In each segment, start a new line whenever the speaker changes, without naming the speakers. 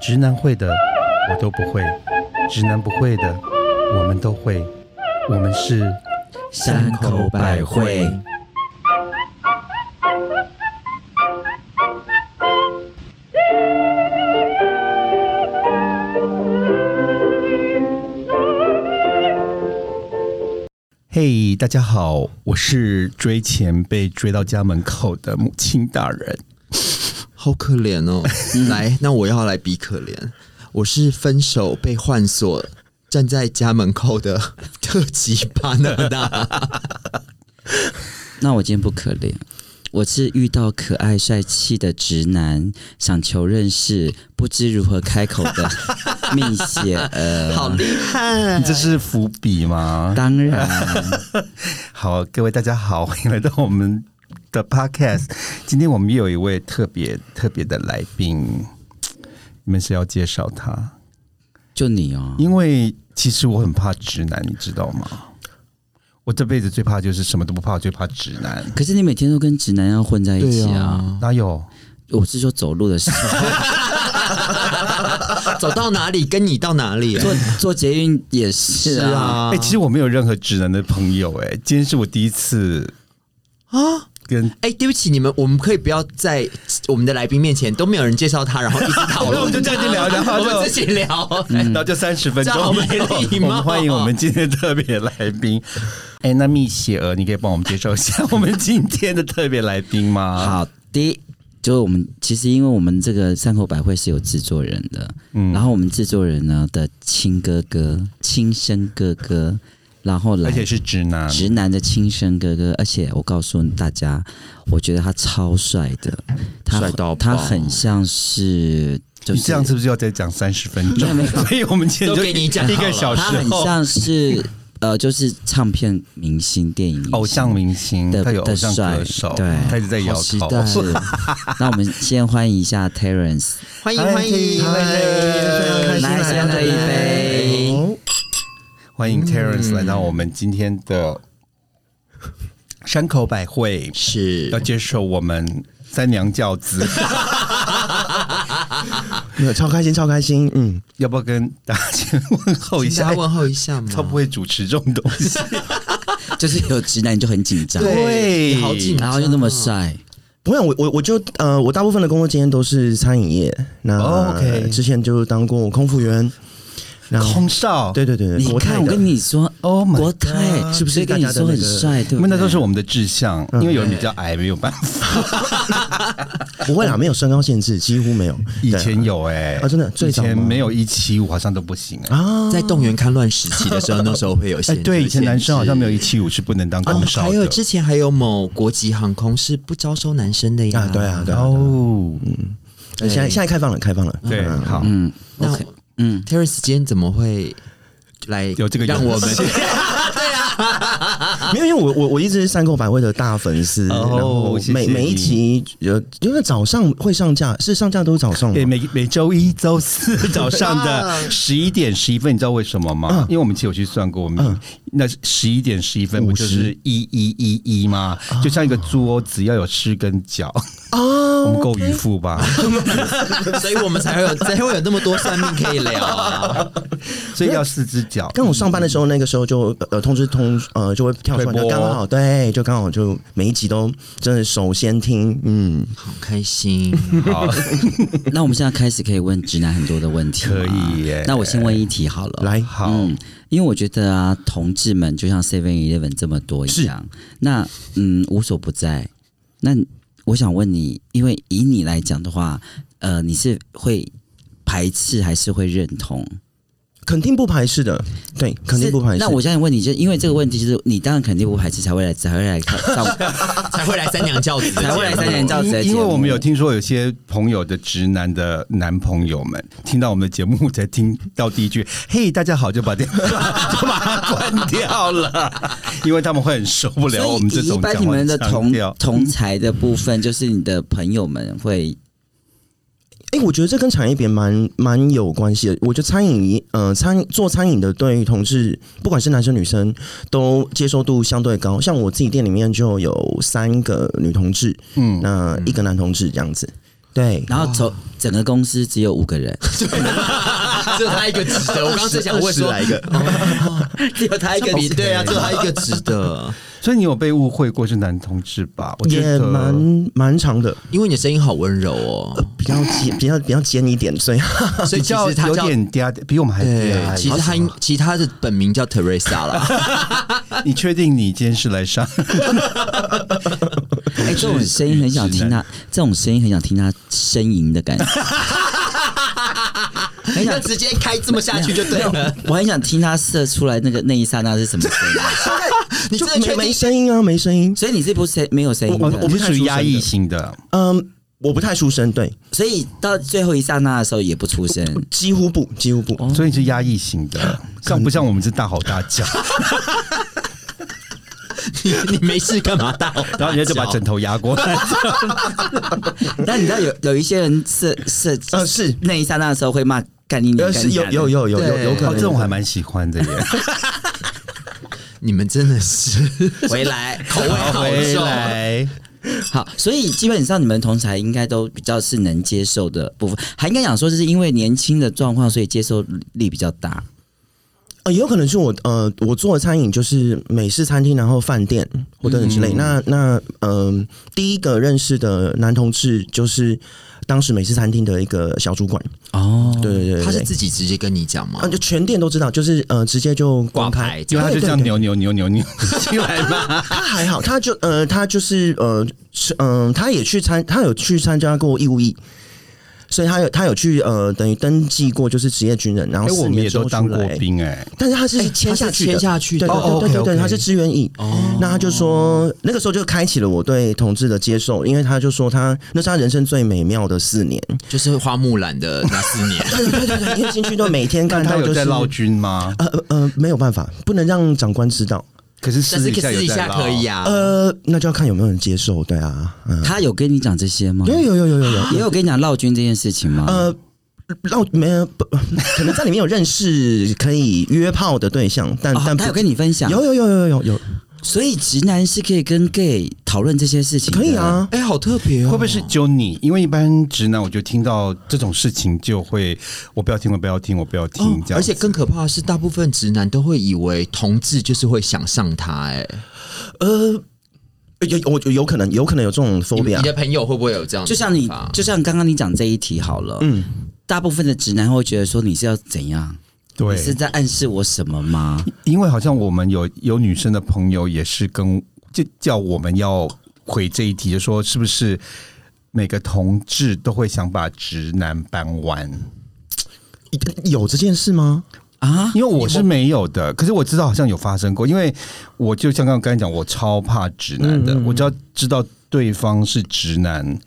直男会的我都不会，直男不会的我们都会，我们是
山口百惠。
嘿大家好，我是追钱被追到家门口的母亲大人。
好可怜哦！来，那我要来比可怜。我是分手被换锁，站在家门口的特级巴拿大。
那我今天不可怜，我是遇到可爱帅气的直男，想求认识，不知如何开口 的蜜雪儿。
好厉害
你！这是伏笔吗？
当然，
好，各位大家好，欢迎来到我们的 podcast。今天我们又有一位特别特别的来宾，你们是要介绍他？
就你哦，
因为其实我很怕直男，你知道吗？我这辈子最怕就是什么都不怕，最怕直男。
可是你每天都跟直男要混在一起
对
啊！
啊，
哪有？
我是说走路的时候，
走到哪里跟你到哪里、
坐坐捷运也是啊。
哎、其实我没有任何直男的朋友、哎，今天是我第一次啊，跟
哎、对不起，你们，我们可以不要在我们的来宾面前都没有人介绍他，然后一直讨
那
论，
我们就这样去聊聊
我们自己聊。
嗯
然后就哎三十分钟，
这样好没礼貌
我们欢迎我们今天的特别来宾。哎，那蜜雪儿，你可以帮我们介绍一 下我们今天的特别来宾吗？，
好的，就我们其实因为我们这个山口百惠是有制作人的，
嗯
然后我们制作人呢的亲哥哥、亲生哥哥，然后来
而且是直男，
直男的亲生哥哥，而且我告诉大家，我觉得他超帅的，他
帅到
他
爆
很像是就
你
是
这样是不是要再讲三十分钟？
没有
所以我们今天
都
就
给你讲好
一
了
个小时
他很
后，
像是呃，就是唱片明星、电影明星
偶像明星，
的
他有偶
的
像歌
帅
手，
对
他一直在摇
好期
头。
待
是。那我们先欢迎一下 Terence，
欢迎欢迎，
嗨
欢迎
来先喝一杯。
欢迎 Terence 来到我们今天的山口百惠，
是
要接受我们三娘教子，
没有，超开心，超开心。嗯，
要不要跟大家先问候一
请大
下哎
家？问候一下吗？
超不会主持这种东西，
就是有直男你就很紧张，
对
你好紧张，
然后又那么帅，
不会，我我我就呃，我大部分的工作经验都是餐饮业。那、
哦，OK
之前就当过空服员，然后
空少，
对对对，对
你
国泰
看
的
我跟你说，
，Oh my，
国泰
是不是
所以跟你
大家
说
的那
很
个
帅，对不
因为
对？
那都是我们的志向，因为有人比较矮，没有办法。
不会啦，没有身高限制，几乎没有。
以
对
前有哎，
啊真的最
以
早吗
前没有一七五好像都不行哎。
啊，
在动员戡乱时期的时候，那时候会有
哎，
限制。
对，以前男生好像没有
限
一七五是不能当
制。
空
哦，
少
还有
的。
之前还有某国籍航空是不招收男生的呀。
啊，对啊，对啊。
哦，
现在现在开放了，开放了。
对，
嗯
好，
嗯
那
，OK，嗯，
Terence 今天怎么会来
有这个
让
勇
我们
气
没有，因为我我我一直是三口百惠的大粉丝，
哦
然后
谢谢
每
你
每一集呃，因为早上会上架，是上架都是早上
对，
吗？
每每周一、周四早上 的十一点十一分，你知道为什么吗？因为我们其实有去算过，我们、那十一点嗯十一分不就是一一一一吗？就像一个桌子要有吃跟脚哦， 我们够渔夫 吧？
所以我们才会有才会有那么多算命可以聊啊。
所以要四只脚。
刚我上班的时候，那个时候就呃通知通呃就会跳出来，
推
就
播
刚好对，就刚好就每一集都真的首先听，嗯，
好开心，
好，
那我们现在开始可以问直男很多的问题吗，
可以耶
那我先问一题好了，
来
好
嗯，因为我觉得啊，同志们就像 Seven Eleven 这么多一样，那嗯无所不在。那我想问你，因为以你来讲的话，呃，你是会排斥还是会认同？
肯定不排斥的，对，肯定不排斥。
是那我现在问你，就因为这个问题，就是你当然肯定不排斥，才会来，才会来看上，
才会来三娘教子，
才会来三年教子的
因
节
为
目
我们有听说有些朋友的直男的男朋友们听到我们的节目，才听到第一句“嘿，大家好”，就把电 就把它关掉了， 因为他们会很受不了
所以
我们这
以一
种
般
讲
你
话
们的
腔
同
调。
同才的部分，就是你的朋友们会
哎、我觉得这跟产业别蛮蛮有关系的。我觉得餐饮，呃，餐做餐饮的对于同志，不管是男生女生，都接受度相对高。像我自己店里面就有三个女同志，嗯，那一个男同志这样子。对，
然后走整个公司只有五个人，
只有他一个值得。我刚刚是想问说，
来一个，
只有他一个
比
人。
对啊，只有他一个值得，
所以你有被误会过是男同志吧？我觉
也
得
蛮蛮长的，
因为你的声音好温柔哦，
比较尖，比较比较尖一点，所以
所以
比
其
较
实他
有
叫。
点嗲，比我们还
对，哎
嗲。
其实他应，其实他的本名叫 Teresa 啦。
你确定你今天是来上？
哎、这种声音很想听他，这种声音很想听他呻吟的感觉。很
要
想
哎直接开这么下去就对了。
我很想听他射出来那个那一刹那是什么声音，
你
就
真的确
没没
定？
声音啊，没声音。
所以你这部声没有
哎
声音
我
的，
们属于压抑型的，
嗯，我不太出声，对，
所以到最后一刹那的时候也不出声。
几乎不，几乎不。
哦
所以你是压抑型的，
嗯
像不像我们是大吼大叫？
你你没 事干嘛 大吼 大叫？
然后人家就把枕头压 过来，
但你知道有有一些人射射
呃，是，
那一刹那的时候会骂干你
呃，
娘，干
是
你
有
娘
有有有有
对
有可
哦
能，
这种我还蛮喜欢的耶。
你们真的 是
回来
口味 好哦
回
重。
来，
好，所以基本上你们同才应该都比较是能接受的部分，还应该讲说，就是因为年轻的状况，所以接受力比较大。
呃，也有可能是我呃，我做的餐饮就是美式餐厅，然后饭店或等等之类。那那嗯、第一个认识的男同志就是当时美式餐厅的一个小主管。
哦，
对对对
他是
对
自己直接跟你讲吗
啊，？就全店都知道，就是呃，直接就
挂
公开
牌，
结果他就这样扭扭扭扭扭进 来嘛。
他还好，他就呃，他就是呃，是嗯、他也去参，他有去参加过义务役，所以他有他有去呃，等于登记过就是职业军人，然后
哎，我
四
们
年
也
之后
都
出
当过
来，
兵哎，
但是他是
哎
签下去的，
签下去的
对对
哦
对对对
OK，OK
对，他是志愿役。那他就说，那个时候就开启了我对同志的接受，因为他就说他那是他人生最美妙的四年，
就是花木兰的那四年。
对对对对，因为进去都每天
但
看
他
到
有
就
在
是。
闹军吗？
呃呃呃，没有办法，不能让长官知道。
可是
但
私
是
底下
私
有
底
在
下可以
啊。
啊。
呃，那就要看有没有人接受，对啊，嗯，
他有跟你讲这些吗？
有有有有有有，
也有跟你讲闹军这件事情吗？
呃，绕没有不，可能在里面有认识可以约炮的对象，但、
哦
但不
他有跟你分享，
有有有有有有，
所以直男是可以跟 gay 讨论这些事情，
可以。啊。
哎、好特别哦！
会不会是只有你？因为一般直男，我就听到这种事情就会，我不要听，我不要听，我不要听这样。
哦而且更可怕的是，大部分直男都会以为同志就是会想上他、哎，
呃，有我有有可能有可能有这种
你们
phobia，
你的朋友会不会有这样的
就像你
想法，
就像刚刚你讲这一题好了，嗯，大部分的直男会觉得说你是要怎样？
对
你，是在暗示我什么吗？
因为好像我们有有女生的朋友也是跟就叫我们要回这一题，就说是不是每个同志都会想把直男搬弯？
有这件事吗？
啊，
因为我是没有的，可是我知道好像有发生过。因为我就像刚刚刚才讲，我超怕直男
嗯
的，我只要知道对方是直男。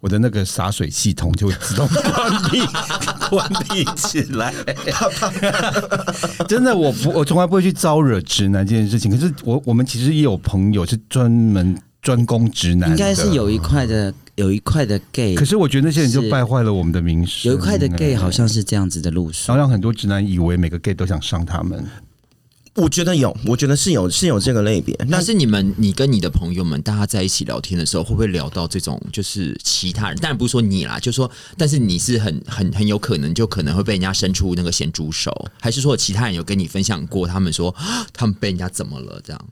我的那个洒水系统就会自动关闭，关闭起 来。真的，我不，我从来不会去招惹直男这件事情。可是我，我们其实也有朋友是专门专攻直男，
应该是。有一块的，有一块的 gay，
可是我觉得那些人就是败坏了我们的名声。
有一块的 gay 好，像是这样子的路数
然后。让很多直男以为每个 gay 都想上他们。
我觉得有，我觉得是有是有这个类别，
但
但是
是你们，你跟你的朋友们，大家在一起聊天的时候，会不会聊到这种就是其他人？当然不是说你啦，就说，但是你是很很很有可能就可能会被人家伸出那个咸猪手，还是说其他人有跟你分享过，他们说 啊他们被人家怎么了这样？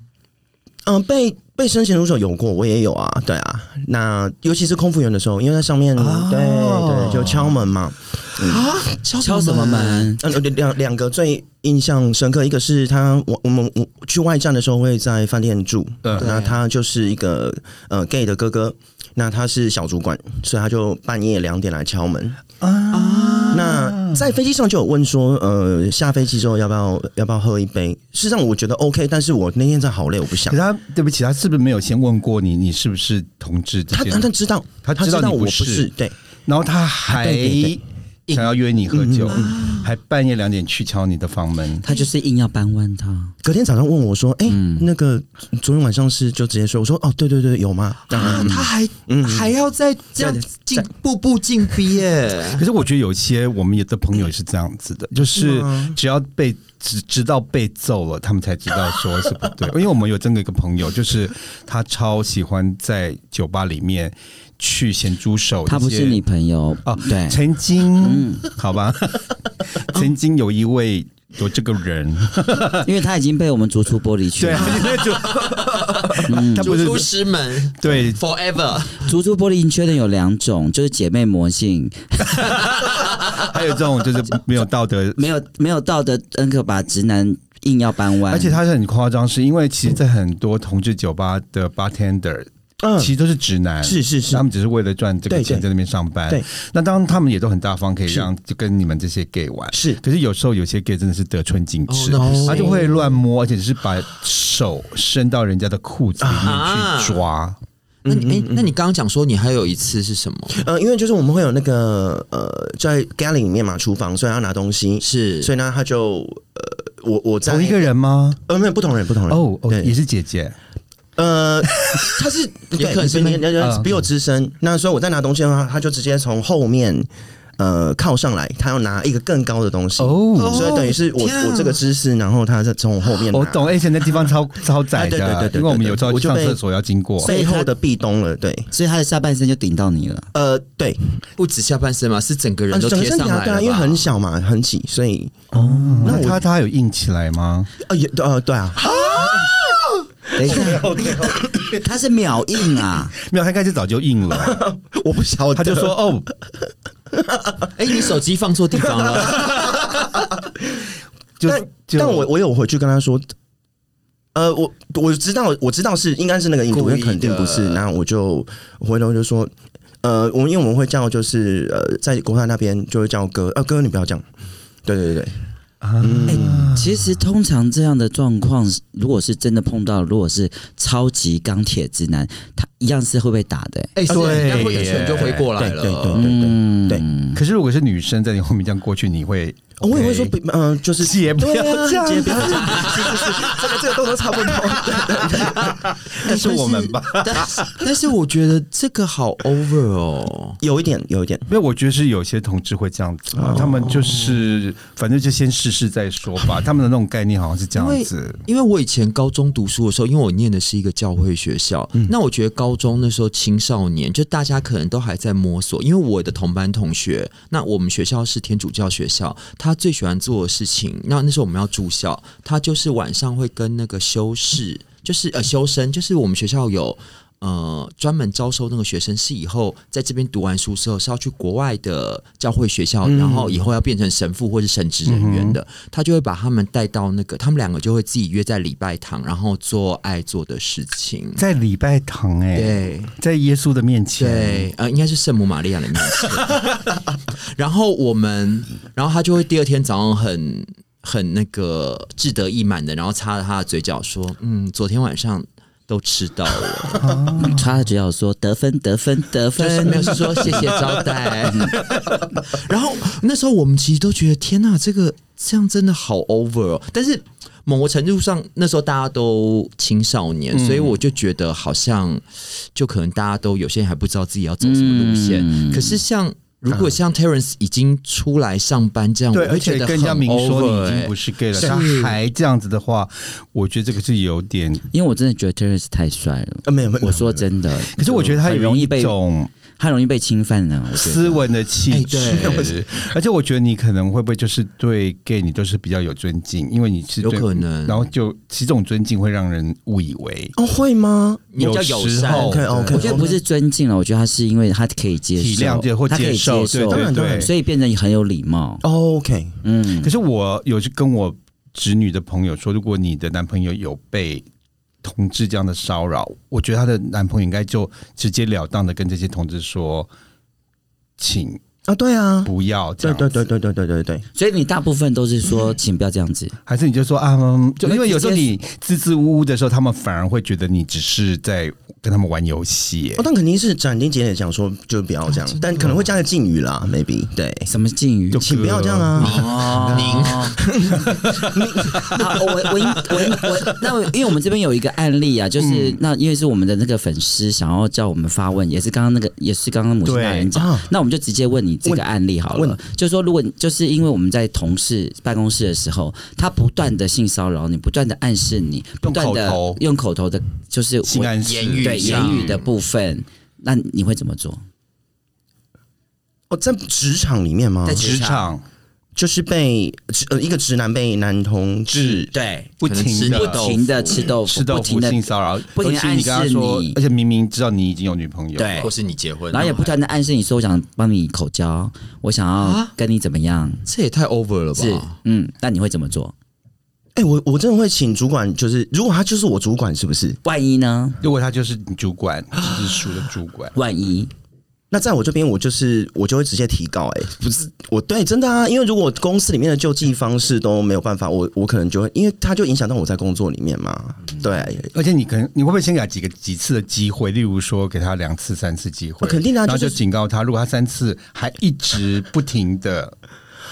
嗯、呃被被生前入手有过，我也有啊，对啊。那尤其是空服员的时候，因为在上面、
哦
对对就敲门嘛，
敲什么？门？
嗯，两两个最印象深刻，一个是他，我我们我去外站的时候会在饭店住，
嗯
那他就是一个呃 gay 的哥哥，那他是小主管，所以他就半夜两点来敲门啊。那在飞机上就有问说，呃，下飞机之后要不要要不要喝一杯？事实上我觉得 OK，但是我那天真的好累，我不想
可。他对不起，他是不是没有先问过你，你是不是同志这
他
件
他他知道，
他
他
知道
道
你
我
不
不
是
是，对，
然后他还
对对
想要约你喝酒，还半夜两点去敲你的房门。
他就是硬要搬弯他。
隔天早上问我说：“哎、
嗯
那个昨天晚上是就直接说，我说哦，对对对，有吗？
啊，他还、
嗯
还要再这样进步步进逼耶、
可是我觉得有些我们也的朋友也是这样子的，就是只要被直直到被揍了，他们才知道说是不对。因为我们有真的一个朋友，就是他超喜欢在酒吧里面去咸猪手这些，
他不是你朋友
哦，
对，
曾经，
嗯
好 吧，曾经有一位有这个 人，
因为他已经被我们逐出玻璃 去
对，
啊
啊
了，
嗯
他不
逐
是
出师 门
对
，forever。
逐出玻璃圈的有两种，就是姐妹魔性，
还有这种就是没有道德，
没有没有道德恩可把直男硬要搬弯，
而且他是很夸张，是因为其实，在很多同志酒吧的 bartender
嗯
其实都是直男，
是是是
他们只是为了赚这个
对
钱
对
在那边上班。
对，
那当然他们也都很大方，可以
是
让就跟你们这些 gay 玩。
是
可是有时候有些 gay 真的是得寸进
哦
尺
Oh no
他就会乱摸，而且是把手伸到人家的裤子里
啊
面去抓。
嗯
那你哎，那你刚刚讲说你还有一次是什么？
呃，因为就是我们会有那个呃，在 galley 里面嘛，厨房，所以他拿东西，
是
所以呢，他就呃，我我在
同一个人吗？
呃，没有不同人，不同人
哦哦，
对
也是姐姐。
呃，他是
也可能是
对
那
比比
嗯
比我资深。那所以我在拿东西的话，他就直接从后面呃靠上来，他要拿一个更高的东西。
哦，
所以等于是我、
天啊
我这个姿势，然后他再从我后面拿
我懂，而且那地方超 超窄
哎对对对
的
对，对
因为我们有时候
我
去
就
上
被
厕所要经过。
背后的壁咚了。对，
所以他的下半身就顶到你了。
呃，对，
不止下半身嘛，是整个人
呃
都
整个
贴
身
上
体啊，
来
对
了
啊，
吧。
因为很小嘛，很挤，所以那
嗯那
我
他他有硬起来吗？
呃也呃对啊，
等一下，他是秒硬啊！
没有，他应该是早就硬了。
我不晓得，
他就说哦，
哎，你手机放错地方了，
就
但
就
但我我有回去跟他说，呃，我我知道我知道是应该是那个印度，
故意
因
的
为肯定不是。那我就回头就说，呃，我们因为我们会叫就是呃，在国泰那边就会叫哥，呃哥你不要这样。对对对，
啊
哎其实通常这样的状况，如果是真的碰到，如果是超级钢铁直男，他一样是会被打的、欸。
哎，所以
对
人家会有拳就回过来
对对
了
对。
嗯，
对
可是如果是女生在你后面这样过去，你会
哦我也会说
OK？
不，嗯、呃，就是
姐不要这样
姐不要这样，是是是，这个这个动作差不 多。
那是我们吧？
但 是但是我觉得这个好 over 哦。
有一点，有一点，
没有，我觉得是有些同志会这样子吧，他们就是反正就先试试再说 吧。他们的那种概念好像是这样子。
因为我以前高中读书的时候，因为我念的是一个教会学校，那我觉得高中那时候青少年，就大家可能都还在摸索。因为我的同班同学，那我们学校是天主教学校，他最喜欢做的事情，那那时候我们要住校，他就是晚上会跟那个修士，就是呃修身，就是我们学校有。呃，专门招收那个学生是以后在这边读完书之后是要去国外的教会学校，然后以后要变成神父或是神职人员的，他就会把他们带到那个，他们两个就会自己约在礼拜堂，然后做爱做的事情。
在礼拜堂哎、
对
在耶稣的面前，
对，呃，应该是圣母玛利亚的面前。 然后我们，然后他就会第二天早上很很那个志得意满的，然后擦了他的嘴角说：“嗯，昨天晚上都吃到了。”
他只要说得分得分得
就是
分，
没有是说谢谢招待。 然后那时候我们其实都觉得天呐，这个这样真的好 over 哦。但是某个程度上，那时候大家都青少年，所以我就觉得好像就可能大家都有些人还不知道自己要走什么路线。
嗯
可是像。如果像 Terence 已经出来上班这样，我
而
会觉
且
得
跟人家
很
明说你已
over 欸
经不是 gay 了，
是
他还这样子的话，我觉得这个是有点。
因为我真的觉得 Terence 太帅了。
呃，没有没有，
我说真的，
可是我觉得他
很
有
容易
一
被
种
他容易被侵犯呢、我觉得
斯文的气质
哎，
而且我觉得你可能会不会就是对 gay 你都是比较有尊敬，因为你是
欸有
对
可能
然后就其实这种尊敬会让人误以为
哦会吗？
你比较
有
友
时
善
候
OK，OK
我觉得不是尊敬了，我觉得他是因为他可以接受，
体谅对或
他可以
接
接
受，
受，
对对
当
对。
然
所以变得很有礼貌。
哦 OK，
嗯
可，是我有去跟我侄女的朋友说，如果你的男朋友有被同志这样的骚扰，我觉得她的男朋友应该就直截了当的跟这些同志说，请
啊对啊，
不要这
对
样。
对对对对对对对，
所以你大部分都是说，请不要这样子。
还是你就说啊，嗯就
那
因为有时候
直接
你支支吾吾的时候，他们反而会觉得你只是在跟他们玩游戏、
哦，但肯定是斩钉截铁讲说，就不要这样，但可能会加个敬语啦，maybe 对，
什么敬语
就？
请不要这样哦啊，
哦， 您，好，我我应我应我那因为我们这边有一个案例啊，
嗯
就是、那因为是我们的那个粉丝想要叫我们发问，也是刚刚那个也是刚刚母亲大人讲
对啊，
那我们就直接问你这个案例好
问
了，就是说，如果就是因为我们在同事办公室的时候，他不断的性骚扰你，不断的暗示你，不断
口
的
头
用口头的，就是
性暗示
言语
对
上
言语的部分，那你会怎么做？
哦，在职场里面吗
在？
职场
就是被直呃一个直男被男同志
对，
不停
可能吃
的
豆
不
腐
停的吃豆腐，
吃豆
哦不
腐
停的
性骚扰，
不停地
尤其你跟他说
暗示你，
而且明明知道你已经有女朋友，
对
或是你结婚，哦
然后也不断的暗示你说，我想帮你口交，我想要
啊
跟你怎么样？
这也太 over 了
是
吧？，
嗯，那你会怎么做？
哎、我我真的会请主管，就是如果他就是我主管，是不是？
万一呢？，
如果他就是你主管，直属的主管
万一
那在我这边，我就是我就会直接提告、哎，不是我对，真的啊，因为如果公司里面的救济方式都没有办法，我我可能就会，因为他就影响到我在工作里面嘛，对，
而且你可能你会不会先给他几个几次的机会，例如说给他两次、三次机会，
啊肯定的啊
然后
就
就是警告他，如果他三次还一直不停的，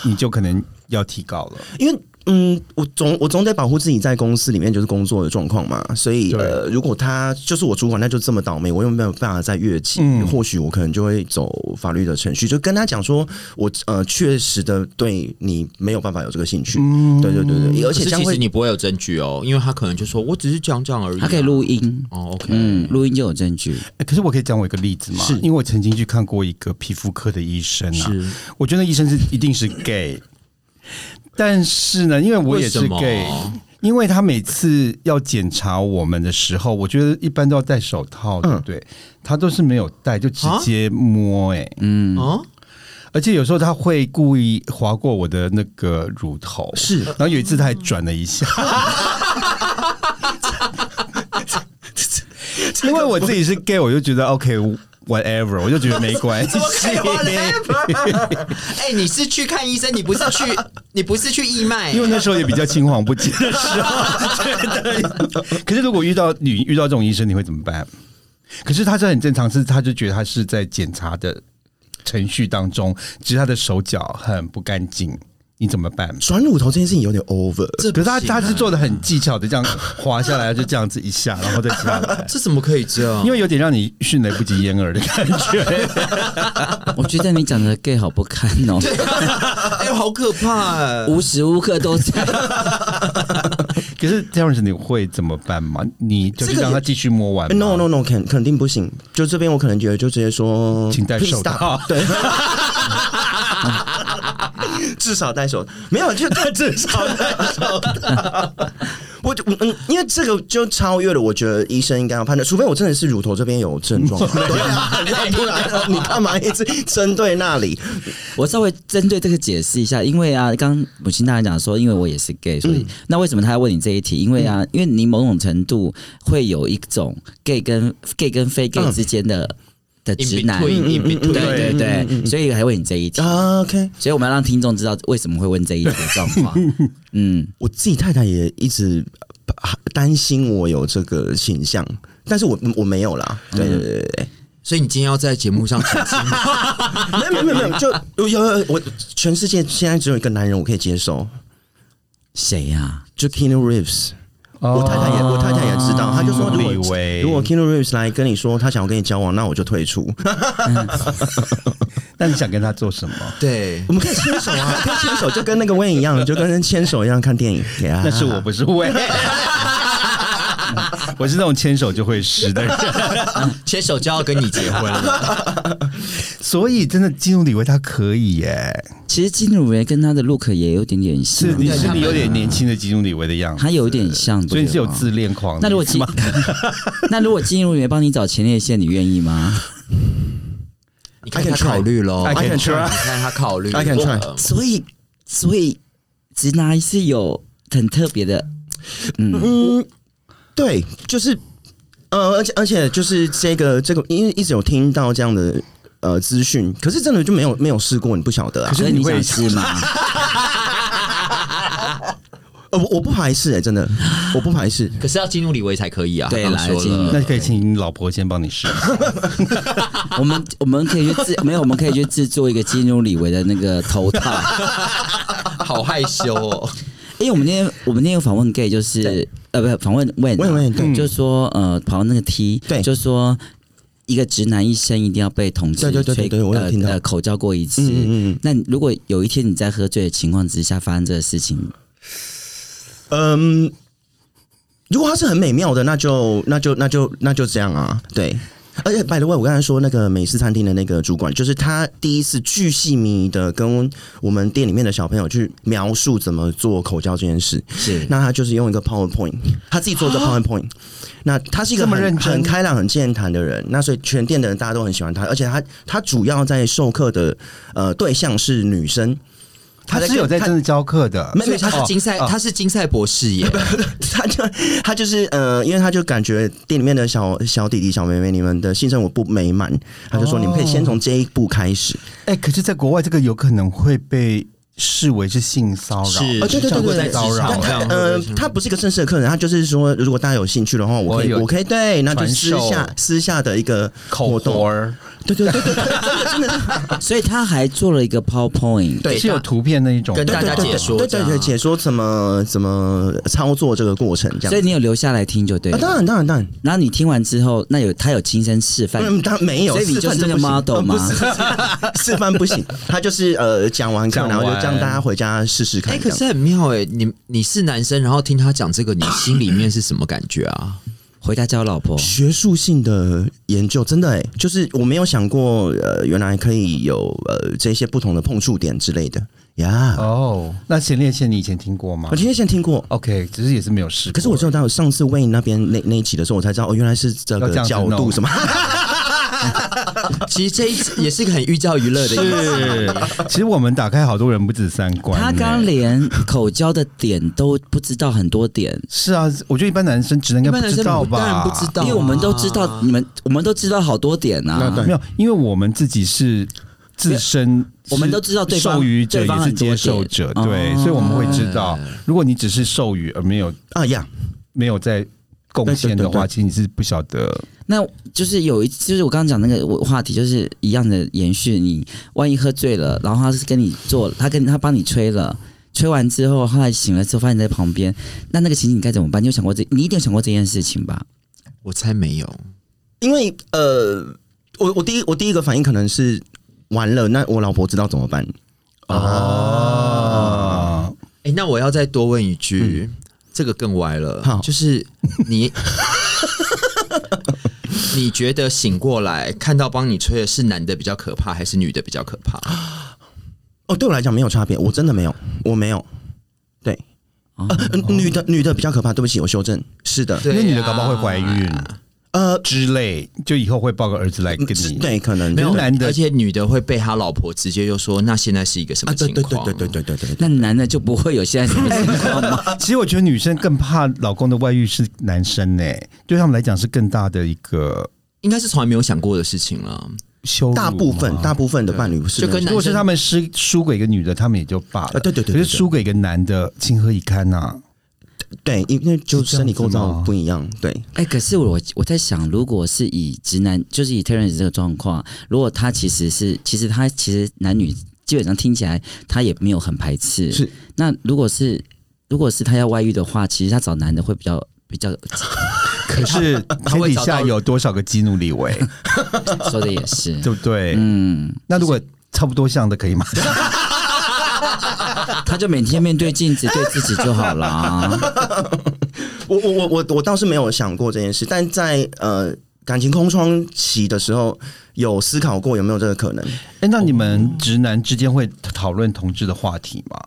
你就可能要提高了。
因为。嗯，我总我总得保护自己在公司里面就是工作的状况嘛，所以
对
呃，如果他就是我主管，那就这么倒霉，我又没有办法再越级，
嗯
或许我可能就会走法律的程序，就跟他讲说，我呃确实的对你没有办法有这个兴趣，
嗯
对对对对，而
而
且
且
将
其实
会
你不会有证据哦，因为他可能就说我只是讲讲而已啊，
他可以录音，
哦，OK，
嗯，录音就有证 据。
欸 可是我可以讲我一个例子吗？
是
因为我曾经去看过一个皮肤科的医生啊，
是
我觉得医生是一定是 gay，但是呢，因为我也是
为什么
gay，因为他每次要检查我们的时候，我觉得一般都要戴手套，对不对？他都是没有戴，就直接摸、欸，哎，
啊，
而且有时候他会故意划过我的那个乳头，
是
然后有一次他还转了一下。因为我自己是 gay，我就觉得 OK whatever，我就觉得没关系。
哎，你是去看义诊，你不是去，你不是去义卖
因，为那时候也比较青黄不接的时候，觉得。可是如果遇到你遇到这种医生，你会怎么办？可是他这很正常，是他就觉得他是在检查的程序当中，只是他的手脚很不干净，你怎么办？
转乳头这件事情有点 over，
这
可是他
不行啊
他是做的很技巧的，这样滑下来就这样子一下，然后再起 来，
这怎么可以这样？
因为有点让你迅雷不及掩耳的感觉。
我觉得你讲的 gay 好不堪 哦，
哎呦，好可怕哎！
无时无刻都 在。
可是 Terence 你会怎么办吗？你就
这
是
个
让他继续摸完吗
No no no，肯肯定不行。就这边我可能觉得就直接说，
请戴
"Please
手套
stop." 对，至少戴手，没有就 至少戴手套。我就嗯，因为这个就超越了，我觉得医生应该要判断，除非我真的是乳头这边有症状， 对啊，要不然你干嘛一直针对那里？
我稍微针对这个解释一下，因为啊，刚刚母亲大人讲说，因为我也是 gay，所以、
嗯
那为什么他要问你这一题？因为啊，因为你某种程度会有一种 gay 跟 gay 跟非 gay 之间的、的
嗯 In
直男，
between，in
对
between 嗯
对对，所以还问你这一题。
啊，OK，
所以我们要让听众知道为什么会问这一题的状 况。嗯，
我自己太太也一直呃担心我有这个倾向，但是我我没有啦，对对对对对。
所以你今天要在节目上澄 清吗，
没有没有没有没有，就有有有我全世界现在只有一个男人我可以接受，
谁啊呀、
就 Keanu Reeves。
哦
我太太也我太太也知道，她就说如
李
果
维
如果 Keanu Reeves 来跟你说他想要跟你交往，那 我就退出。
那你想跟他做什么？
对
我，们可以牵手啊， 可以牵手，就跟那个 Wayne 一样，就跟人牵手一样看 电影。Yeah
但是我不是会， 我是那种牵手就会湿的人。
牵手就要跟你结婚了，
所以真的进入李维他可以耶，
其实金努维跟他的 look 也有点点像
是，你是你有点年轻的金入李维的样子，
他有点像，
所以你是有
对吧
自恋狂的。
那如果
是
金
吗？
那如果金入员帮你找前列腺，你愿意吗？
你看他考虑喽
I can
你
try
看他考虑
I can try
呃
所以，所以直男是有很特别的，嗯
嗯
嗯对，就是呃，而且而且就是这个这个，因为一直有听到这样的呃资讯，可是真的就没有没有试过，你不晓得啊。
所以
你
你
会
想吃 吗？
呃，我我不排斥哎、真的，我不排斥。
可是要进入李维才可以啊，
对
他刚
啦
说
进入
了
那可以请你老婆先帮你试一下。
我们我们可以去制，没有，我们可以去制作一个金入李维的那个头套。
好害羞 哦，
因为我们那天我们那天有访问 gay，就是呃，不是访问问
问问对啊
就说呃，跑那个 T，
嗯对
就说一个直男一生一定要被同志
对对对对对我有
呃
听到
呃口交过一次。
嗯嗯嗯
那如果有一天你在喝醉的情况之下发生这个事情，
嗯，如果它是很美妙的，那就那就那就那就这样啊，对。而且，by the way，我刚才说那个美式餐厅的那个主管，就是他第一次巨细靡的跟我们店里面的小朋友去描述怎么做口交这件事。
是
那他就是用一个 PowerPoint，他自己做一个 PowerPoint。那他是一个
啊这么认
很
真
很开朗、很健谈的人，那所以全店的人大家都很喜欢他，而且他他主要在授课的呃对象是女生。
他
在
是有在
他
真的教课的，
没有
所以他是
哦
金赛，
哦
他是金赛博士 耶，
他就他就是呃，因为他就感觉店里面的小小弟弟、小妹妹，你们的性生活不美满，他就
哦
说你们可以先从这一步开始。
哎、可是在国外这个有可能会被视为是性骚扰，
是
哦对对对对
会
对
被骚
好
扰
那
哦这
他
样会不会
呃
是，
他不是一个正式的客人，他就是说，如果大家有兴趣的话，我可以，
我有
我可以对，那就
传
私
授
下私下的一个
口
活
活
动，
儿，
对对对对对，真的真的是
所以他还做了一个 PowerPoint，
对
是有
大
图片那一种，
跟大家解说
对对
这
对，
样
解说怎么怎么操作这个过程这
所以
样。
你有留下来听就对
啊，
了。
当然当然当然，
然后你听完之后，那有他有亲身示范，
嗯，当然没有，
所以你就是那个
示范
model
这不行
吗？
呃不是 示范不行，他就是呃讲完课，
讲
然后就
完
让大家回家试试
哎、
看。这
可
样
是很妙哎、你你是男生，然后听他讲这个，你心里面是什么感觉啊？
回家教老婆。
学术性的研究，真的哎、就是我没有想过，呃，原来可以有呃这些不同的碰触点之类的呀。
哦，那前列腺你以前听过吗
我今天先听过，
？OK，只是也是没有试过。
可是我知道上次 Wayne 那边那那一集的时候，我才知道哦，原来是这
要
个
这样子
角
弄
度什么。
其实这一集也是一个很寓教于乐的一集，
是，其实我们打开好多人不止三观、
他刚
欸
连口交的点都不知道很多点，
是啊，我觉得一般男生只能
一
应该
般
不
男
知
生
道吧，
当然不
啊
知道、
因为我们都知道你们，我们都知道好多点
那
啊
对。
没有，因为我们自己是自身，
我们都知道对方
授予者
对
也
方
是
很多
接受
点
者，
哦
对，所以我们会知道，如果你只是授予而没有
啊呀，
没有在贡献的话，
对对对对
其实你是不晓得。
那就是有一，就是我刚刚讲那个话题，就是一样的延续。你万一喝醉了，然后他是跟你做，他跟他帮你吹了，吹完之后，后来醒了之后发现你在旁边，那那个情景该怎么办？你有想过这？你一定有想过这件事情吧？
我猜没有，
因为呃，我我第一我第一个反应可能是完了，那我老婆知道怎么办？
啊，
哎、那我要再多问一句，
嗯
这个更歪了，
好
就是你， 你觉得醒过来看到帮你吹的是男的比较可怕，还是女的比较可怕？
哦，对我来讲没有差别，我真的没有，我没有。对，
哦
呃，呃女的女的比较可怕，对不起，我修正，是的，
因
对
为
呀
女的搞不好会怀孕
呃，
之类，就以后会抱个儿子来跟
嗯是
你。
对，可能
没有
可是男的
而且女的会被他老婆直接就说，那现在是一个什么
啊，对
情
对
况？
对对对对对对，
那男的就不会有现在什么情况吗？
其实我觉得女生更怕老公的外遇是男生呢、对他们来讲是更大的一个
应该是从来没有想过的事情了。
羞辱嘛。
大部分大部分的伴侣是
就跟
如果是他们输输给一个女的，他们也就罢了。
啊对对对对
可是输给一个男的，情何以堪呐、
对，因为就是
这样
生理构
子
造
吗
不一样，对，
哎、可是我我在想，如果是以直男，就是以 Terence 这个状况，如果他其实是，其实他其实男女基本上听起来他也没有很排斥。
是，
那如果是如果是他要外遇的话，其实他找男的会比较比较，
可是天底下有多少个激怒李 维，
说的也 是，
对不对？
嗯，
那如果差不多像的可以吗？
他就每天面对镜子对自己就好了、 啊。
我我我我我倒是没有想过这件事，但在呃感情空窗期的时候，有思考过有没有这个可能？
哎，那你们直男之间会讨论同志的话题吗？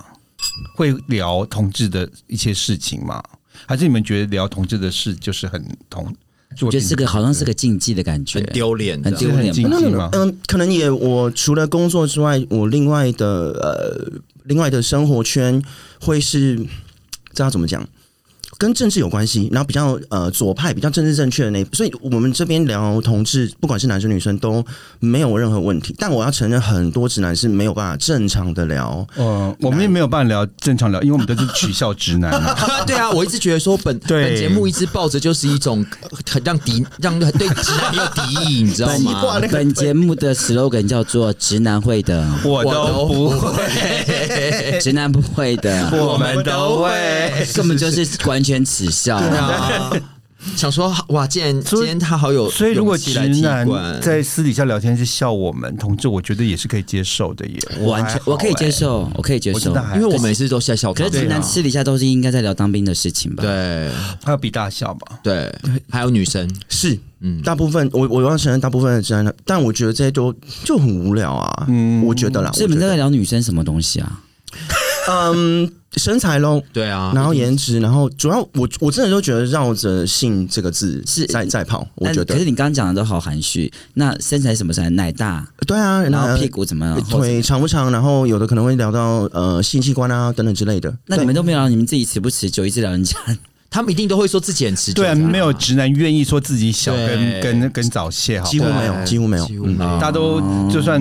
会聊同志的一些事情吗？还是你们觉得聊同志的事就是很同？
我
我
觉得是个好像是个禁忌的感觉
很，丢脸的，
很丢脸
很禁
那
忌
那
吗
嗯、？可能也我除了工作之外，我另外的呃另外的生活圈会是这要怎么讲？跟政治有关系，然后比较呃左派、比较政治正确的那一，所以我们这边聊同志，不管是男生女生都没有任何问题。但我要承认，很多直男是没有办法正常的聊
呃，我们也没有办法聊正常聊，因为我们都是取笑直男、啊。
对啊，我一直觉得说 本
对
本节目一直抱着就是一种很让敌让对直男有敌意，你知 道
习惯
吗
了？
本节目的 slogan 叫做“直男会的，
我
都
都
不
不会，
直 男不会的”，
我们都会。
根本就是完全耻笑。
啊 想说哇，既然
所
今
以
天他好有
所以如果
勇气
直
来踢
男
馆
在私底下聊天是笑我们同志，我觉得也是可以接受的耶。
我完全
还好哎欸
我可以接受，我可以接
我真
受
的。还
因为我每次都是在笑
可
他
是
们，
直男私底下都是应该在聊当兵的事情吧？，
对啊
还有比大小吧。
对，还有女生，
是，
嗯，
大部分我我要承认，大部分的直男，但我觉得这些都就很无聊啊。
嗯
我觉得啦，
所以
我
你
觉
们在
得
聊女生什么东西啊？
嗯，身材喽，
对啊，
然后颜值，然后主要我我真的都觉得绕着性这个字
是
在在跑，我
但
觉
可
得
是你刚刚讲的都好含蓄。那身材什么身材？奶大，
对啊，
然后
那
屁股怎么样？或者
腿长不长，然后有的可能会聊到呃性器官啊等等之类的。
那你们都没有聊你们自己持不持久，一直聊人家。
他们一定都会说自己很持久
对
的
啊，
啊，
没有直男愿意说自己小跟
对
跟跟早泄，好
几
不
乎
好？
没有
对
几乎没有
几乎没有
嗯大家都就算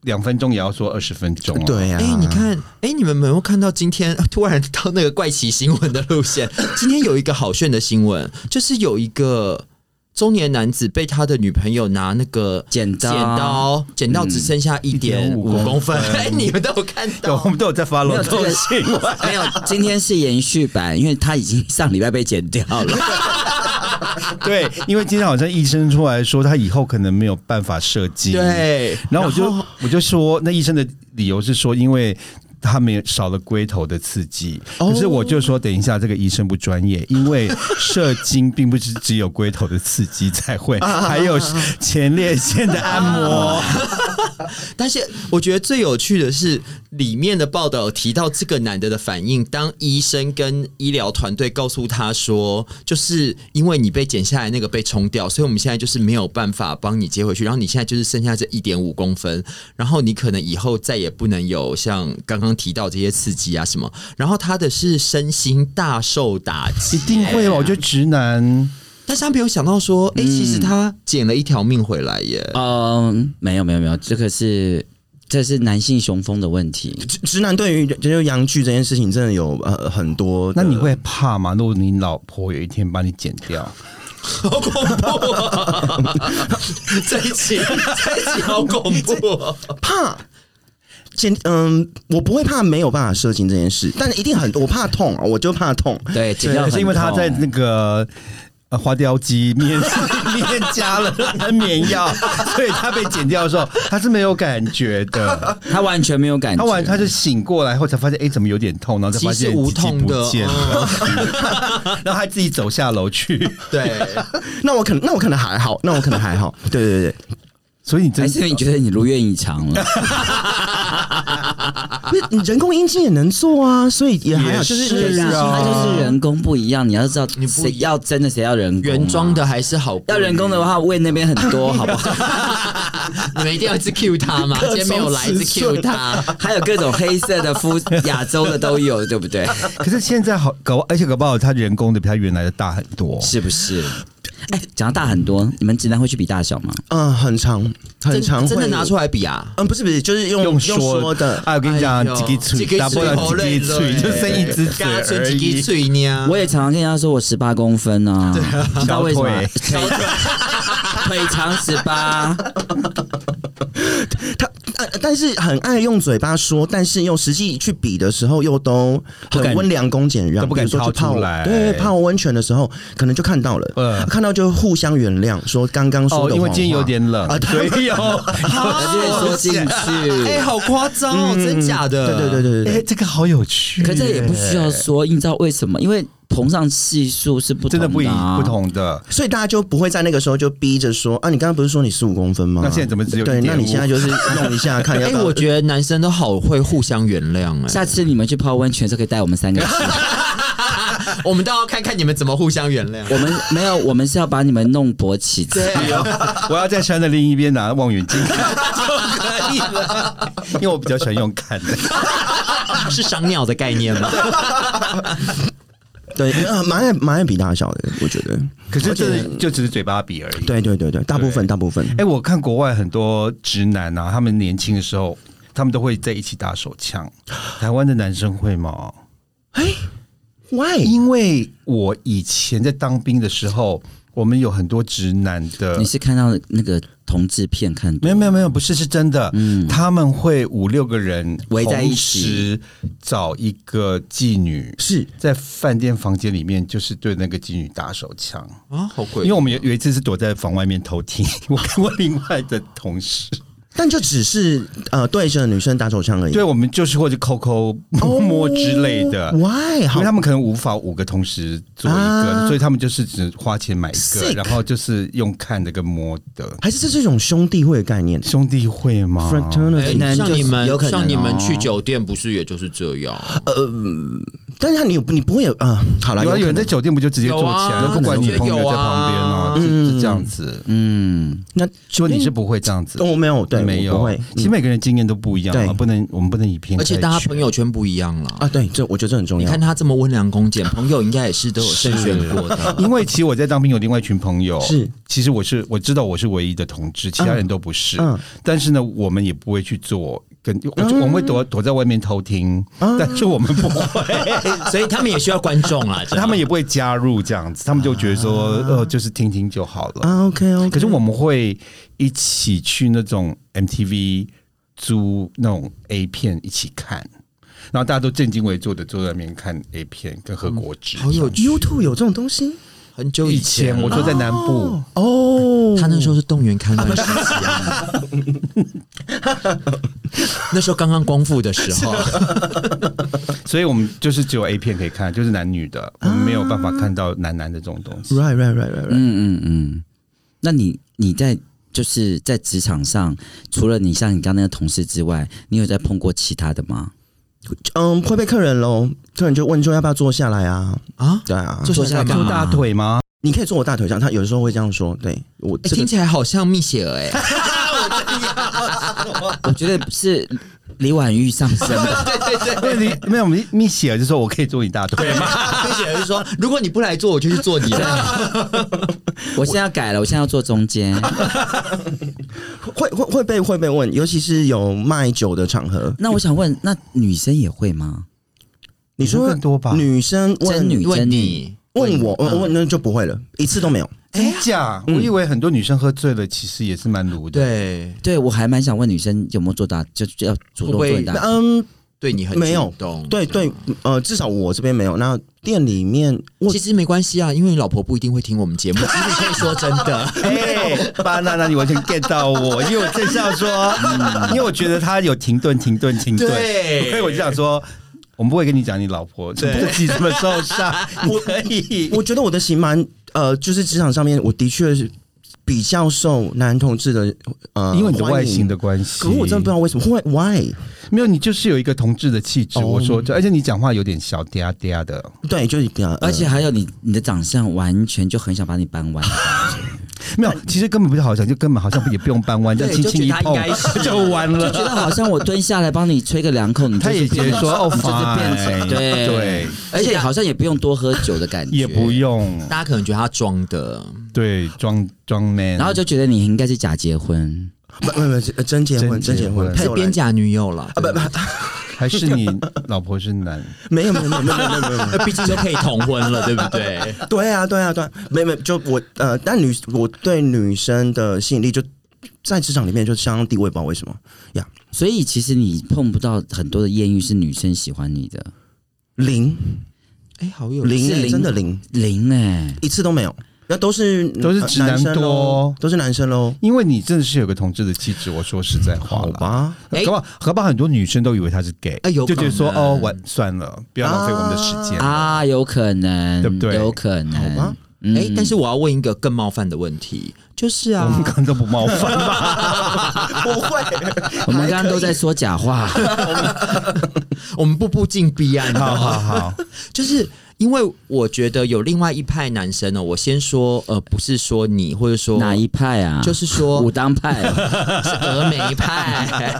两分钟也要说二十分钟啊。
对呀、
哎、你看，哎、你们有没有看到今天 突然到那个怪奇新闻的路线？ 今天有一个好炫的新闻，就是有一个中年男子被他的女朋友拿那个
剪刀
剪刀，剪到只剩下一点
1.5
五公分。 哎、你们都有看
嗯 有，我
到？
们都有在发 o
没
w
有
这种新闻。
没有，今天是延续版，因为他已经上礼拜被剪掉了。
对，因为今天好像医生出来说，他以后可能没有办法射精。，
对，
然后我就我就说，那医生的理由是说，因为。他们也少了龟头的刺激，可是我就说，等一下，这个医生不专业，因为射精并不是只有龟头的刺激才 会，还有前列腺的按摩。
但是我觉得最有趣的是，里面的报道有提到这个男的的反应，当医生跟医疗团队告诉他说，就是因为你被剪下来那个被冲掉，所以我们现在就是没有办法帮你接回去，然后你现在就是剩下这一点五公分，然后你可能以后再也不能有像刚刚提到这些刺激啊什么，然后他的是身心大受打 击，
一定会哦吧？我觉得直男
但是他没有想到说，哎、其实他捡了一条命回来耶。
嗯，没有没有没有，这个是这是男性雄风的问题。
直直男对于就是阳具这件事情，真的有呃很多的。
那你会怕吗？如果你老婆有一天把你剪掉，
好恐怖、啊！这一集，这一集好恐怖、哦。
怕？先嗯，我不会怕没有办法射精这件事，但一定很我怕痛，啊我就怕痛。
对，剪掉
可是因为他在
很
那
痛
个。呃花雕鸡面 面加了安眠药，所以他被剪掉的时候，他是没有感觉的。
他完全没有感觉，
他完，他就醒过来后才发现，哎、怎么有点痛？然后才发现
其实无
鸡鸡
痛的
不见了， 然后他自己走下楼去。
对，
那我可能那我可能还好，那我可能还好。对对对，
所以你真
还是你觉得你如愿以偿了？
不是你人工阴茎也能做啊，所以也还好。
也
就是是
啊
它就是人工不一样，你要知道
你不一
谁要真的，谁要人工、啊
原装。的还是好贵
要人工的，话，胃那边很多，好不好？
你们一定要一直 Q 他吗？今天没有来，一直 Q 他。
还有各种黑色的肤，亚洲的都有，对不对？
可是现在好搞不好，而且搞不好他人工的比他原来的大很多。
是不是？哎、讲到大很多，你们直男会去比大小吗？
嗯、很长很长，
真真的拿出来比啊！
嗯，不是不是，就是用
用
说
说
的。
啊，我跟你讲，几滴
哎几
嘴，
个
打不了几滴嘴，就剩一只嘴而
几
已。
嘴呢？
我也常常跟人家说我十八公分啊，你知道为什么吗？腿腿长十八，
他、呃但是很爱用嘴巴说，但是又实际去比的时候，又都很温良恭俭让，
都不敢
比如说去
掏
泡
出来
对，泡温泉的时候，可能就看到了，
嗯
看到就互相原谅，说刚刚说
哦，
的
因为
谎
今天有
话
点冷，
啊
所以有。
我就会说进
啊
哎，
去。
好夸张哦！真假的？
对对对
对，
对对
哎、
对，
这个好有趣耶、
可这也不需要说，你知道为什么？因为膨胀系数是不同
真的不一
啊
不同的。
所以大家就不会在那个时候就逼着说啊，你刚刚不是说你十五公分吗？
那现在怎么只有
对？
1.5
那你现在就是弄 一下看要
哎，
不要
我觉得男生都好会互相原谅哎。
下次你们去泡温泉的时候，可以带我们三个去。
我们倒要看看你们怎么互相原谅。
我们没有，我们是要把你们弄勃起。
对哦，
我要在山的另一边拿望远镜，
可以了，
因为我比较喜欢用看的。
是赏鸟的概念吗？
对，呃蛮爱蛮爱比大小的，我觉得。
可是真的就只是嘴巴比而已。
对对对对，大部分大部分
哎、我看国外很多直男啊，他们年轻的时候，他们都会在一起打手枪。台湾的男生会吗？
，why？
因为我以前在当兵的时候，我们有很多直男的
你，是看到那个同志片看多
没有没有没有，不是是真的，他们会五六个人
围在一
同
起
时找一个妓女，
是
在饭店房间里面就是对那个妓女打手枪，
啊，好贵
因为我们有有一次是躲在房外面偷听， 我跟我另外的同事，
但就只是呃对着女生打手枪而已。
对，我们就是或者抠抠摸摸之类的。
，Why？
因
好
为他们可能无法五个同时做一个，
啊
所以他们就是只花钱买一个，
Sick
然后就是用看的跟摸的。
还是这是一种兄弟会的概念
兄弟会吗？
，fraternity。
能
哎像
哎就是
你们
有可能
像你们
哦
去酒店不是也就是这样？
但是你你不会有啊？好了，
有啊，有
有
人在
在
酒店不就直接坐
有
起来，
啊
就不管你朋友在旁边哦、
有
是是这样子。
嗯，
那
说你是不会这样子，
哦我没有，嗯对，
没
我
有
不会。嗯
其实每个人经验都不一样啊，
对
不能我们不能以偏概
而且
全。
大家朋友圈不一样了。
啊，对，这我觉得这很重
你
要
看。他这么温良恭俭，朋友应该也是都有慎选过的。
因为其实我在当兵有另外一群朋友，
是
其实我是我知道我是唯一的同志，其他人都不是。
嗯
但是呢，我们也不会去做。跟我我们会躲躲在外面偷听，
嗯
但是我们不会，
所以他们也需要观众啊，这样
他们也不会加入这样子，他们就觉得说，呃，就是听听就好了。
啊，OK
嗯
OK。
可是我们会一起去那种 MTV 租那种 A 片一起看，然后大家都正襟危坐的坐在那边看 A 片跟喝果汁。
嗯好有趣。
YouTube 有这种东西
很久
以
以
前
前
我
我
说
说
在南部，
哦。
他那时候是动员戡乱时期啊，那时候刚刚光复的时候，啊
所以我们就是只有 A 片可以看，就是男女的，
啊
我们没有办法看到男男的这种东西。
right right right right right。
嗯嗯嗯，那你你在就是在职场上，除了你像你刚那个同事之外，你有在碰过其他的 吗？
嗯，会被客人喽，客人就问说要不要坐下来啊？
啊，
对啊，
坐下来干
坐
嘛？
大腿 吗？
你可以坐我大腿上，他有时候会这样说。对我
哎
这
听
个
起来好像蜜雪儿哎，
我觉得是李婉玉上身 的，
对，你没有蜜蜜雪儿就说我可以坐你大
哎
腿吗？
蜜雪儿就说如果你不来做，我就去做你的。
我现在要改了，我现在要坐中间。
会会会被会被问，尤其是有卖酒的场合。
那我想问，那女生也会吗？
你说
更多吧
女生
真
问
女
问
真
你，
问我，我问那就不会了，一次都没有。
真假？
嗯
我以为很多女生喝醉了，其实也是蛮鲁的。
对，
对我还蛮想问女生有没有做大，就就要主动
会不会呃
做大。
嗯，
对你很
没有
主动
对对，呃，至少我这边没有。那店里面我
其实没关系啊，因为你老婆不一定会听我们节目，其实你可以说真的。
哎，巴娜娜，你完全 get 到我，因为我正是要说，
嗯
因为我觉得他有停顿、停顿、停顿，
对
所以我就想说，我们不会跟你讲你老婆自己这么受 伤，你可以。
我觉得我的型蛮呃，就是职场上面，我的确是比较受男同志的呃，
因为你的外形
的。
的关系，
可
哦
是我真的不知道为什么会 why，
没有，你就是有一个同志的气质。
哦
我说，而且你讲话有点小嗲嗲的，
对，就是比较，呃
而且还有你，你的长相完全就很想把你扳弯，
没有，其实根本不是好想，就根本好像也不用搬弯，这样
对
轻轻一
就觉
碰
得他应该是
就完
就
了。
觉得好像我蹲下来帮你吹个两口，你 就
他
是
也觉
变
得说哦，
就是变
烦，
成对
对，
而且好像也不用多喝酒的感觉，
也不。用
大家可能觉得她装的，
对装装 man，
然后就觉得你应该是假结婚，
不不不，呃真结婚，
真
真
结
结
婚
婚，
她是边假女友了啊，不
还是你老婆是男，
没有没有没有没有没有没有，
不，毕竟就可以同婚 了，对不对？
对啊对啊对啊，没没就我呃，但女我对女生的吸引力就在职场里面就相当低，我也不知道为什么
所以其实你碰不到很多的艳遇是女生喜欢你的
零
哎，好有
零
是
欸
零
真的零，
零哎、
一次都没有，那都是
都是直男
呃生
多
咯都是男生喽，
因为你真的是有个同志的气质。我说实在话
好
了。
吧，
哎
搞不好，搞不好很多女生都以为他是 gay，、
哎有
就觉得说
可能
哦，我算了，不要浪费我们的时间。
啊，有可能，
对不对
有可
好
能，
吧，
嗯
哎，但是我要问一个更冒犯的问题，就是
我们
啊，
可能都不冒犯吧？
不会，
我们刚刚都在说假话，
我们步步进逼啊，你知道
好好
吗？
好，
就是因为我觉得有另外一派男生呢、哦我先说，呃，不是说你，或者说
哪一派啊？
就是说
武当派哦、
是峨眉派。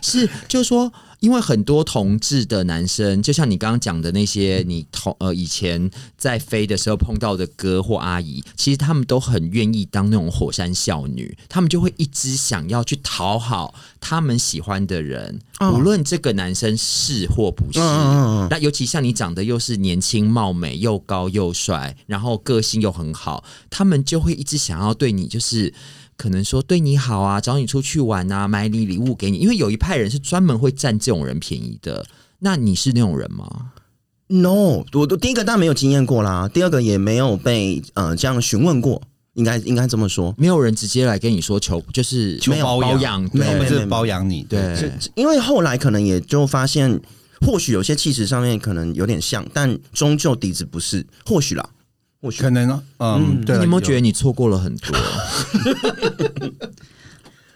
是，就是说，因为很多同志的男生，就像你刚刚讲的那些，你同呃以前在飞的时候碰到的哥或阿姨，其实他们都很愿意当那种火山少女，他们就会一直想要去讨好他们喜欢的人，
哦
无论这个男生是或不是。
嗯嗯嗯
那尤其像你长得又是年轻貌美，又高又帅，然后个性又很好，他们就会一直想要对你就是。可能说对你好啊，找你出去玩啊，买你礼物给你，因为有一派人是专门会占这种人便宜的。那你是那种人吗？
嗯，no，我都第一个当然没有经验过啦，第二个也没有被呃这样询问过，应该应该这么说。
没有人直接来跟你说求，就是
求
没有
包
包
养
养，
没有
没
不
对
有
是包养你，
对，
因为后来可能也就发现，或许有些气质上面可能有点像，但终究底子不是，或许啦，或许
可能嗯，对
那
了，
你有没有觉得你错过了很多？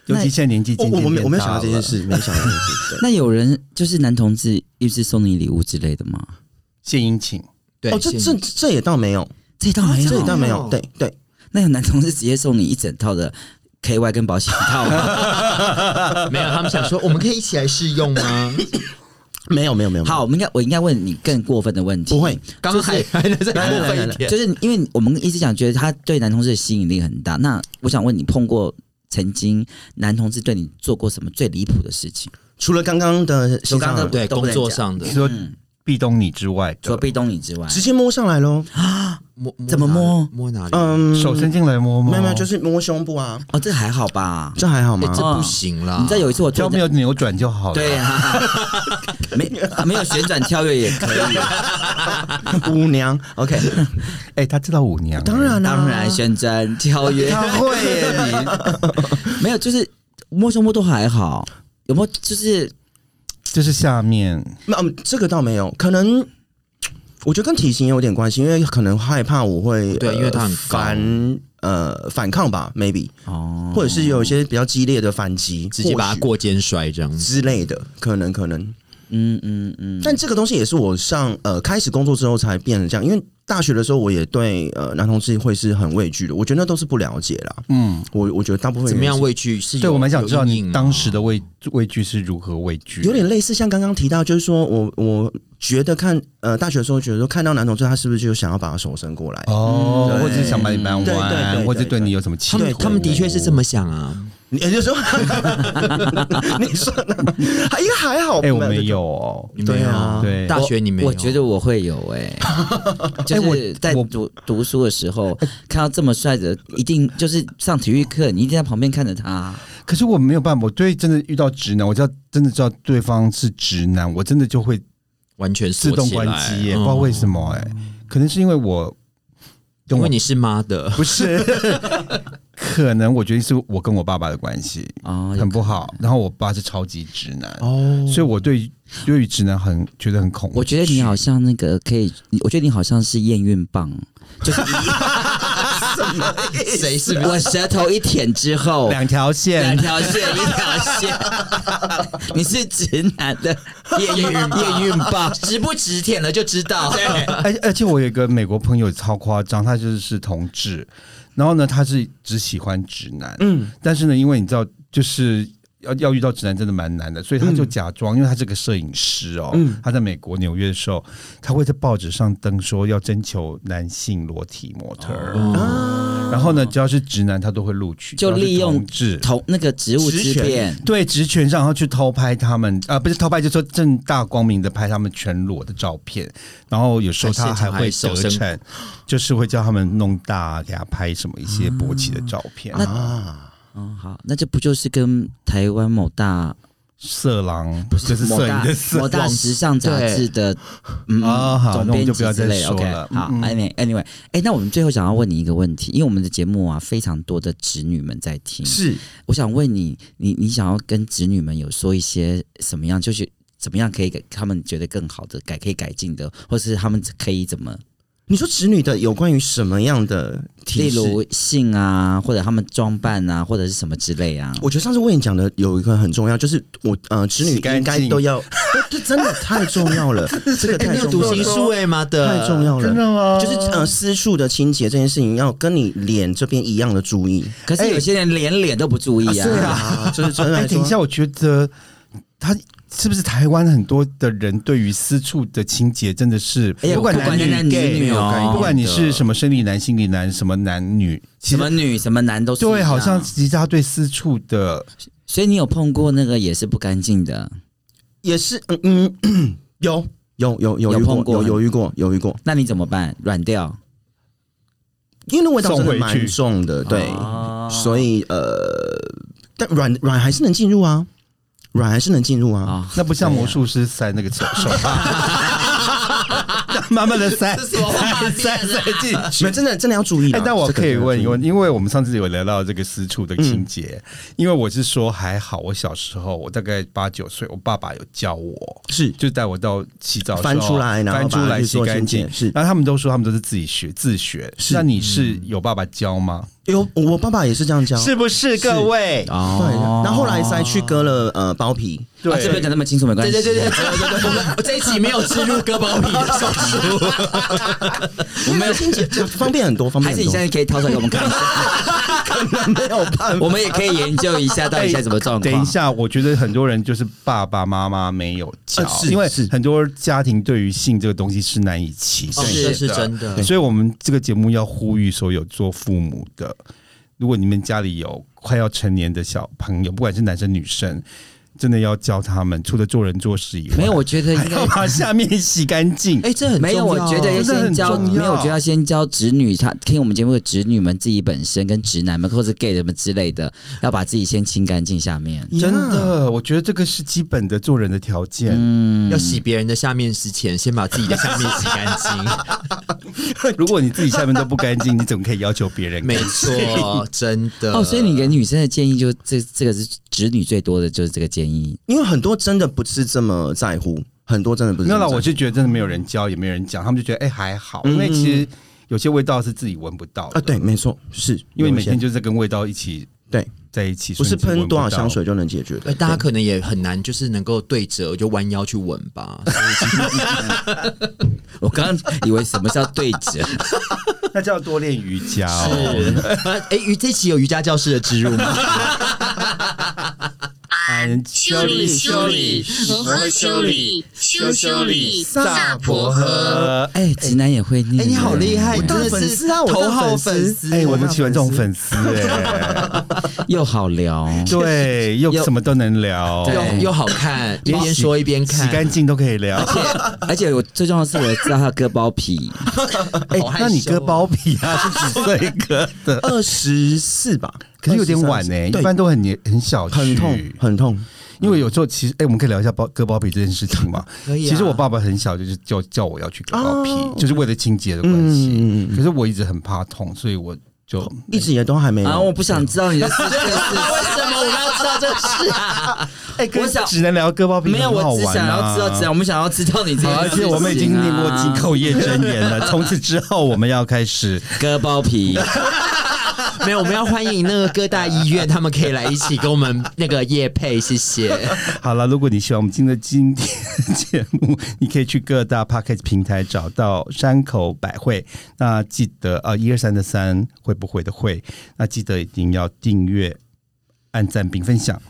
尤其现在年纪
我
渐
我
渐
我没
变
我没有
大
想到这
了
件，事，没有想到这件事。 对
那有人就是男同志一直送你礼物之类的吗？
献殷勤，
对，
哦，这
现
这这也倒没有，啊
啊这倒没
这也倒
有，
没有，对对，
那有男同志直接送你一整套的 K Y 跟保险套吗？
没有，他们想说我们可以一起来试用吗？
没有没有没有。没有
好，我们应该我应该问你更过分的问题，
不会，
刚刚还还在
来来
过分
来
一
来
点，
就是因为我们一直讲觉得他对男同志的吸引力很大。
嗯
那我想问你，碰过曾经男同志对你做过什么最离谱的事情？
除了刚刚的西
我刚
藏
刚
啊，
对
都不
工
能
作
讲
上的
你说壁咚你之外
除了
的，
被动你之外，
直接摸上来喽。
摸摸
怎么
哪里
摸
摸哪里？
嗯，
手伸进来摸摸，
没有没有，就是摸胸部啊，
哦，这还好吧？
这还好吗
哎，？ 这不行啦！
啊你知道有一次我
只要没
坐在
有扭转就好了。
对啊，没啊没有旋转跳跃也可 以，
舞娘，OK，
哎，他知道舞娘，
嗯当然啊啦，
当然啊旋转跳跃
他会耶
你没有，就是摸胸摸都还好，有没有就是
就是下面
那嗯，这个倒没有，可能我觉得跟体型有点关系，因为可能害怕我会
对
呃
因为它很高
反呃反抗吧，maybe，
哦，
或者是有一些比较激烈的反击，
直接把
或
它
许
过肩摔这样子。
之类的，可能可能。
嗯嗯嗯，
但这个东西也是我上呃开始工作之后才变成这样，因为大学的时候我也对呃男同志会是很畏惧的，我觉得那都是不了解啦。
嗯。
我我觉得大部分人
怎么样
是
畏惧？是有
对，我蛮想知道
有阴影
你
啊吗
当时的畏畏惧是如何畏惧，
有点类似像刚刚提到，就是说我我觉得看呃大学的时候，觉得说看到男同志，他是不是就想要把他手伸过来？
哦，
对
或者是想把你搬
对对对
弯，
对
或者对你有什么企
他
图
们他们的确是这么想啊。
你也就是说， 你说 呢？还应该还好吧，
哎，我没有哦，
你没有啊
对
大学你没有？
我觉得我会有哎、就是在
我
读读书的时候，看到这么帅的，一定就是上体育课，你一定在旁边看着他。
可是我没有办法，我对真的遇到直男，我知道真的知道对方是直男，我真的就会
完全
自
锁
动
起来
关机耶，不知道为什
么。
么哎，可能是因为我，
因
我
为你是妈的，
不是， 可能我觉得是我跟我爸爸的关系
哦，
很不好，然后我爸是超级直男，
哦
所以我对对于直男很觉得很恐
我
怖。
觉得你好像那个可以，我觉得你好像是验孕棒，就是
谁是
我舌头一舔之后，
两条
两
线，
条线一条线，你是直男的验孕验孕棒，直不直舔了就知道。
而而且我有一个美国朋友超夸张，他就是是同志，然后呢，他是只喜欢直男，
嗯，
但是呢，因为你知道，就是要要遇到直男真的蛮难的，所以他
嗯
就假装，因为他是个摄影师哦，他在美国纽约的时候，他会在报纸上登说要征求男性裸体模特儿，然后呢，只要是直男，他都会录取，
哦就利用
治。
同那个植物之
职权
变，
对职权上，然后去偷拍他们啊、不是偷拍，就说正大光明的拍他们全裸的照片，然后有时候他还会得
现场
逞，就是会叫他们弄大，给他拍什么一些勃起的照片，
那
啊，
哦，好，那这不就是跟台湾某大
色狼就是
某
摄影
大
的色
某大
狼
时尚杂志的嗯
啊好
总
那我们
编
就不
辑
要
之
再
类
说
OK，
了
好
嗯嗯
，anyway anyway，哎，那我们最后想要问你一个问题，因为我们的节目啊，非常多的侄女们在听，
是
我想问你，你你想要跟侄女们有说一些什么样，就是怎么样可以给他们觉得更好的改可以改进的，或是他们可以怎么，
你说侄女的有关于什么样的
例
提示？
如性啊，或者他们装扮啊，或者是什么之类啊。
我觉得上次魏你讲的有一个很重要，就是我呃，侄女
洗干
应该
净
都 要，这真的太重要了，这个太
你有
重
读
要
心
了，
术哎，妈的，
太重要了。
吗
就是呃，私处的清洁这件事情，要跟你脸这边一样的注意。
可是有些人连脸都不注意啊，
啊，就是真的
哎，
来
等一
说，
下，我觉得他是不是台湾很多的人对于私处的情节真的是，
哎呀
不管
不管
女
男男女
gay，
女哦
不管你是什么生理男、心理男、什么男女，其
什么
实
女什么男都啊是一
对，
样
好像其实他对私处 的
所以你有碰过那个也是不干净的，
也是嗯嗯 咳有有有有
有
遇
碰过
有有遇过有遇过，
那你怎么办？软掉？
因为那味道真
送
的
回
蛮
去啊
重的，对，
哦
所以呃，但软软还是能进入啊，软还是能进入啊。
啊，
那不像魔术师塞那个手手，啊 慢慢的塞，塞塞塞进去
啊没有，。真的真的要注意
哎
啊。，
但我
这个
可以
真的要嗯
问一
注意
问，因为我们上次有聊到这个私处的情节，因为我是说还好，我小时候我大概八九岁，我爸爸有教我，
是
就带我到洗澡的时候
翻出来，然后
翻出
把它
来
去
洗
做
干
清洁
净。
是，
然后他们都说他们都是自己学自学，
是
那你是有爸爸教吗？
有哎我爸爸也是这样教，
不是各位？
对。啊然后后来才去割了呃包皮，
啊这边
对，
讲那么清楚没关
对
系。
对对对对对对，我们我这一集没有植入割包皮的手术，
我没有清洁，这方便很多，方
还
便
是
很
你现在
多。
可以掏出来给我们 看一下，
没有办法，
我们也可以研究一下到底现在什么状况。
等一下，我觉得很多人就是爸爸妈妈没有教，
呃是
因为
是
很多家庭对于性这个东西是难以启齿
哦
的，
这是真的
所以我们这个节目要呼吁所有做父母的，如果你们家里有快要成年的小朋友，不管是男生女生，真的要教他们，除了做人做事以外，
没有，我觉得
还
应
要
该
把 下面洗干净。
哎，这很
哎没有，我觉得要
真的
哦先
很
教，
重要
没有，我觉得要先教侄女，她听我们节目的侄女们自己本身跟直男们或者 gay 什么之类的，要把自己先清干净下面。
真的，我觉得这个是基本的做人的条件。
要洗别人的下面之前，先把自己的下面洗干净。
如果你自己下面都不干净，你怎么可以要求别人？
没错，真的。
哦，所以你给女生的建议就这这个是侄女最多的，就是这个建议。
因为很多真的不是这么在乎，很多真的不是
没
这
有
么在
啦，
乎。
我是觉得真的没有人教，也没有人讲，他们就觉得哎、还好，因为其实有些味道是自己闻不到的
啊，对，，没错，是
因为你每天
就
就是在跟味道一起
对，
在一起，
不
所
是
以你
喷
自己
多
闻不
少
到
香。水就能解决的
呃，。大家可能也很难，就是能够对折就弯腰去吻吧。所以
我刚刚以为什么叫对 折，
那就要多练瑜伽 哦。
哎、瑜这期有瑜伽教室的植入吗？
嗯，
修理修理，摩诃修理，修修理，萨婆诃。
呃，
哎、直男也会念。
哎、你好厉害，你
大
真的
粉
是
丝啊我大
头号
粉丝
粉丝。
哎，我们喜欢这种粉丝 哎，
又好聊。
对，又
又
什么都能聊，
又又好看，一边说一边
哦洗
看
干，净都可以聊。
而且我最重要的是，我知道他的割包皮，
哎
好害羞
那
哦
你割包皮啊？是几岁 割的？
二十四吧，
可是有点晚呢，一
对
般都很年很小区，
很痛，很痛。
因为有时候其实，哎、我们可以聊一下包割包皮这件事情 嘛。
可以啊
其实我爸爸很小就是叫叫我要去割包皮，
哦
就是为了清洁的关系。
嗯嗯嗯
可是我一直很怕痛，所以我就
哦
一直也都还没
哎
啊，
有
我。不想知道你的 事，这个事
为什么我们要知道这事啊？
哎、
跟我想
只能聊割包皮，
没有，
很好
我
玩
只想要知道，只想我们想要知道你这
好，而
件事情
且
啊、
我们已经念过几口业真言了。从此之后，我们要开始
割包 皮，
没有，我们要欢迎那个各大医院，他们可以来一起跟我们那个叶配，谢谢。
好了。如果你喜欢我们今天的今天的节目，你可以去各大 podcast 平台找到山口百惠。那记得呃，一二三的三会不会的会，那记得一定要订阅、按赞并分享。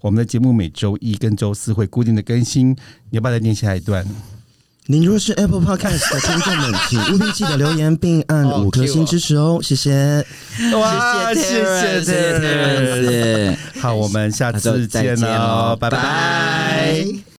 我们的节目每周一跟周四会固定的更新，你要不要再念下一段？
您若是 Apple Podcast 的听众们，请务必记得留言并按五颗星支持哦，谢谢。
哇
谢谢
Terrence
Terrence
好，我们下
那就
次
再
见
见
喽
咯，
拜拜。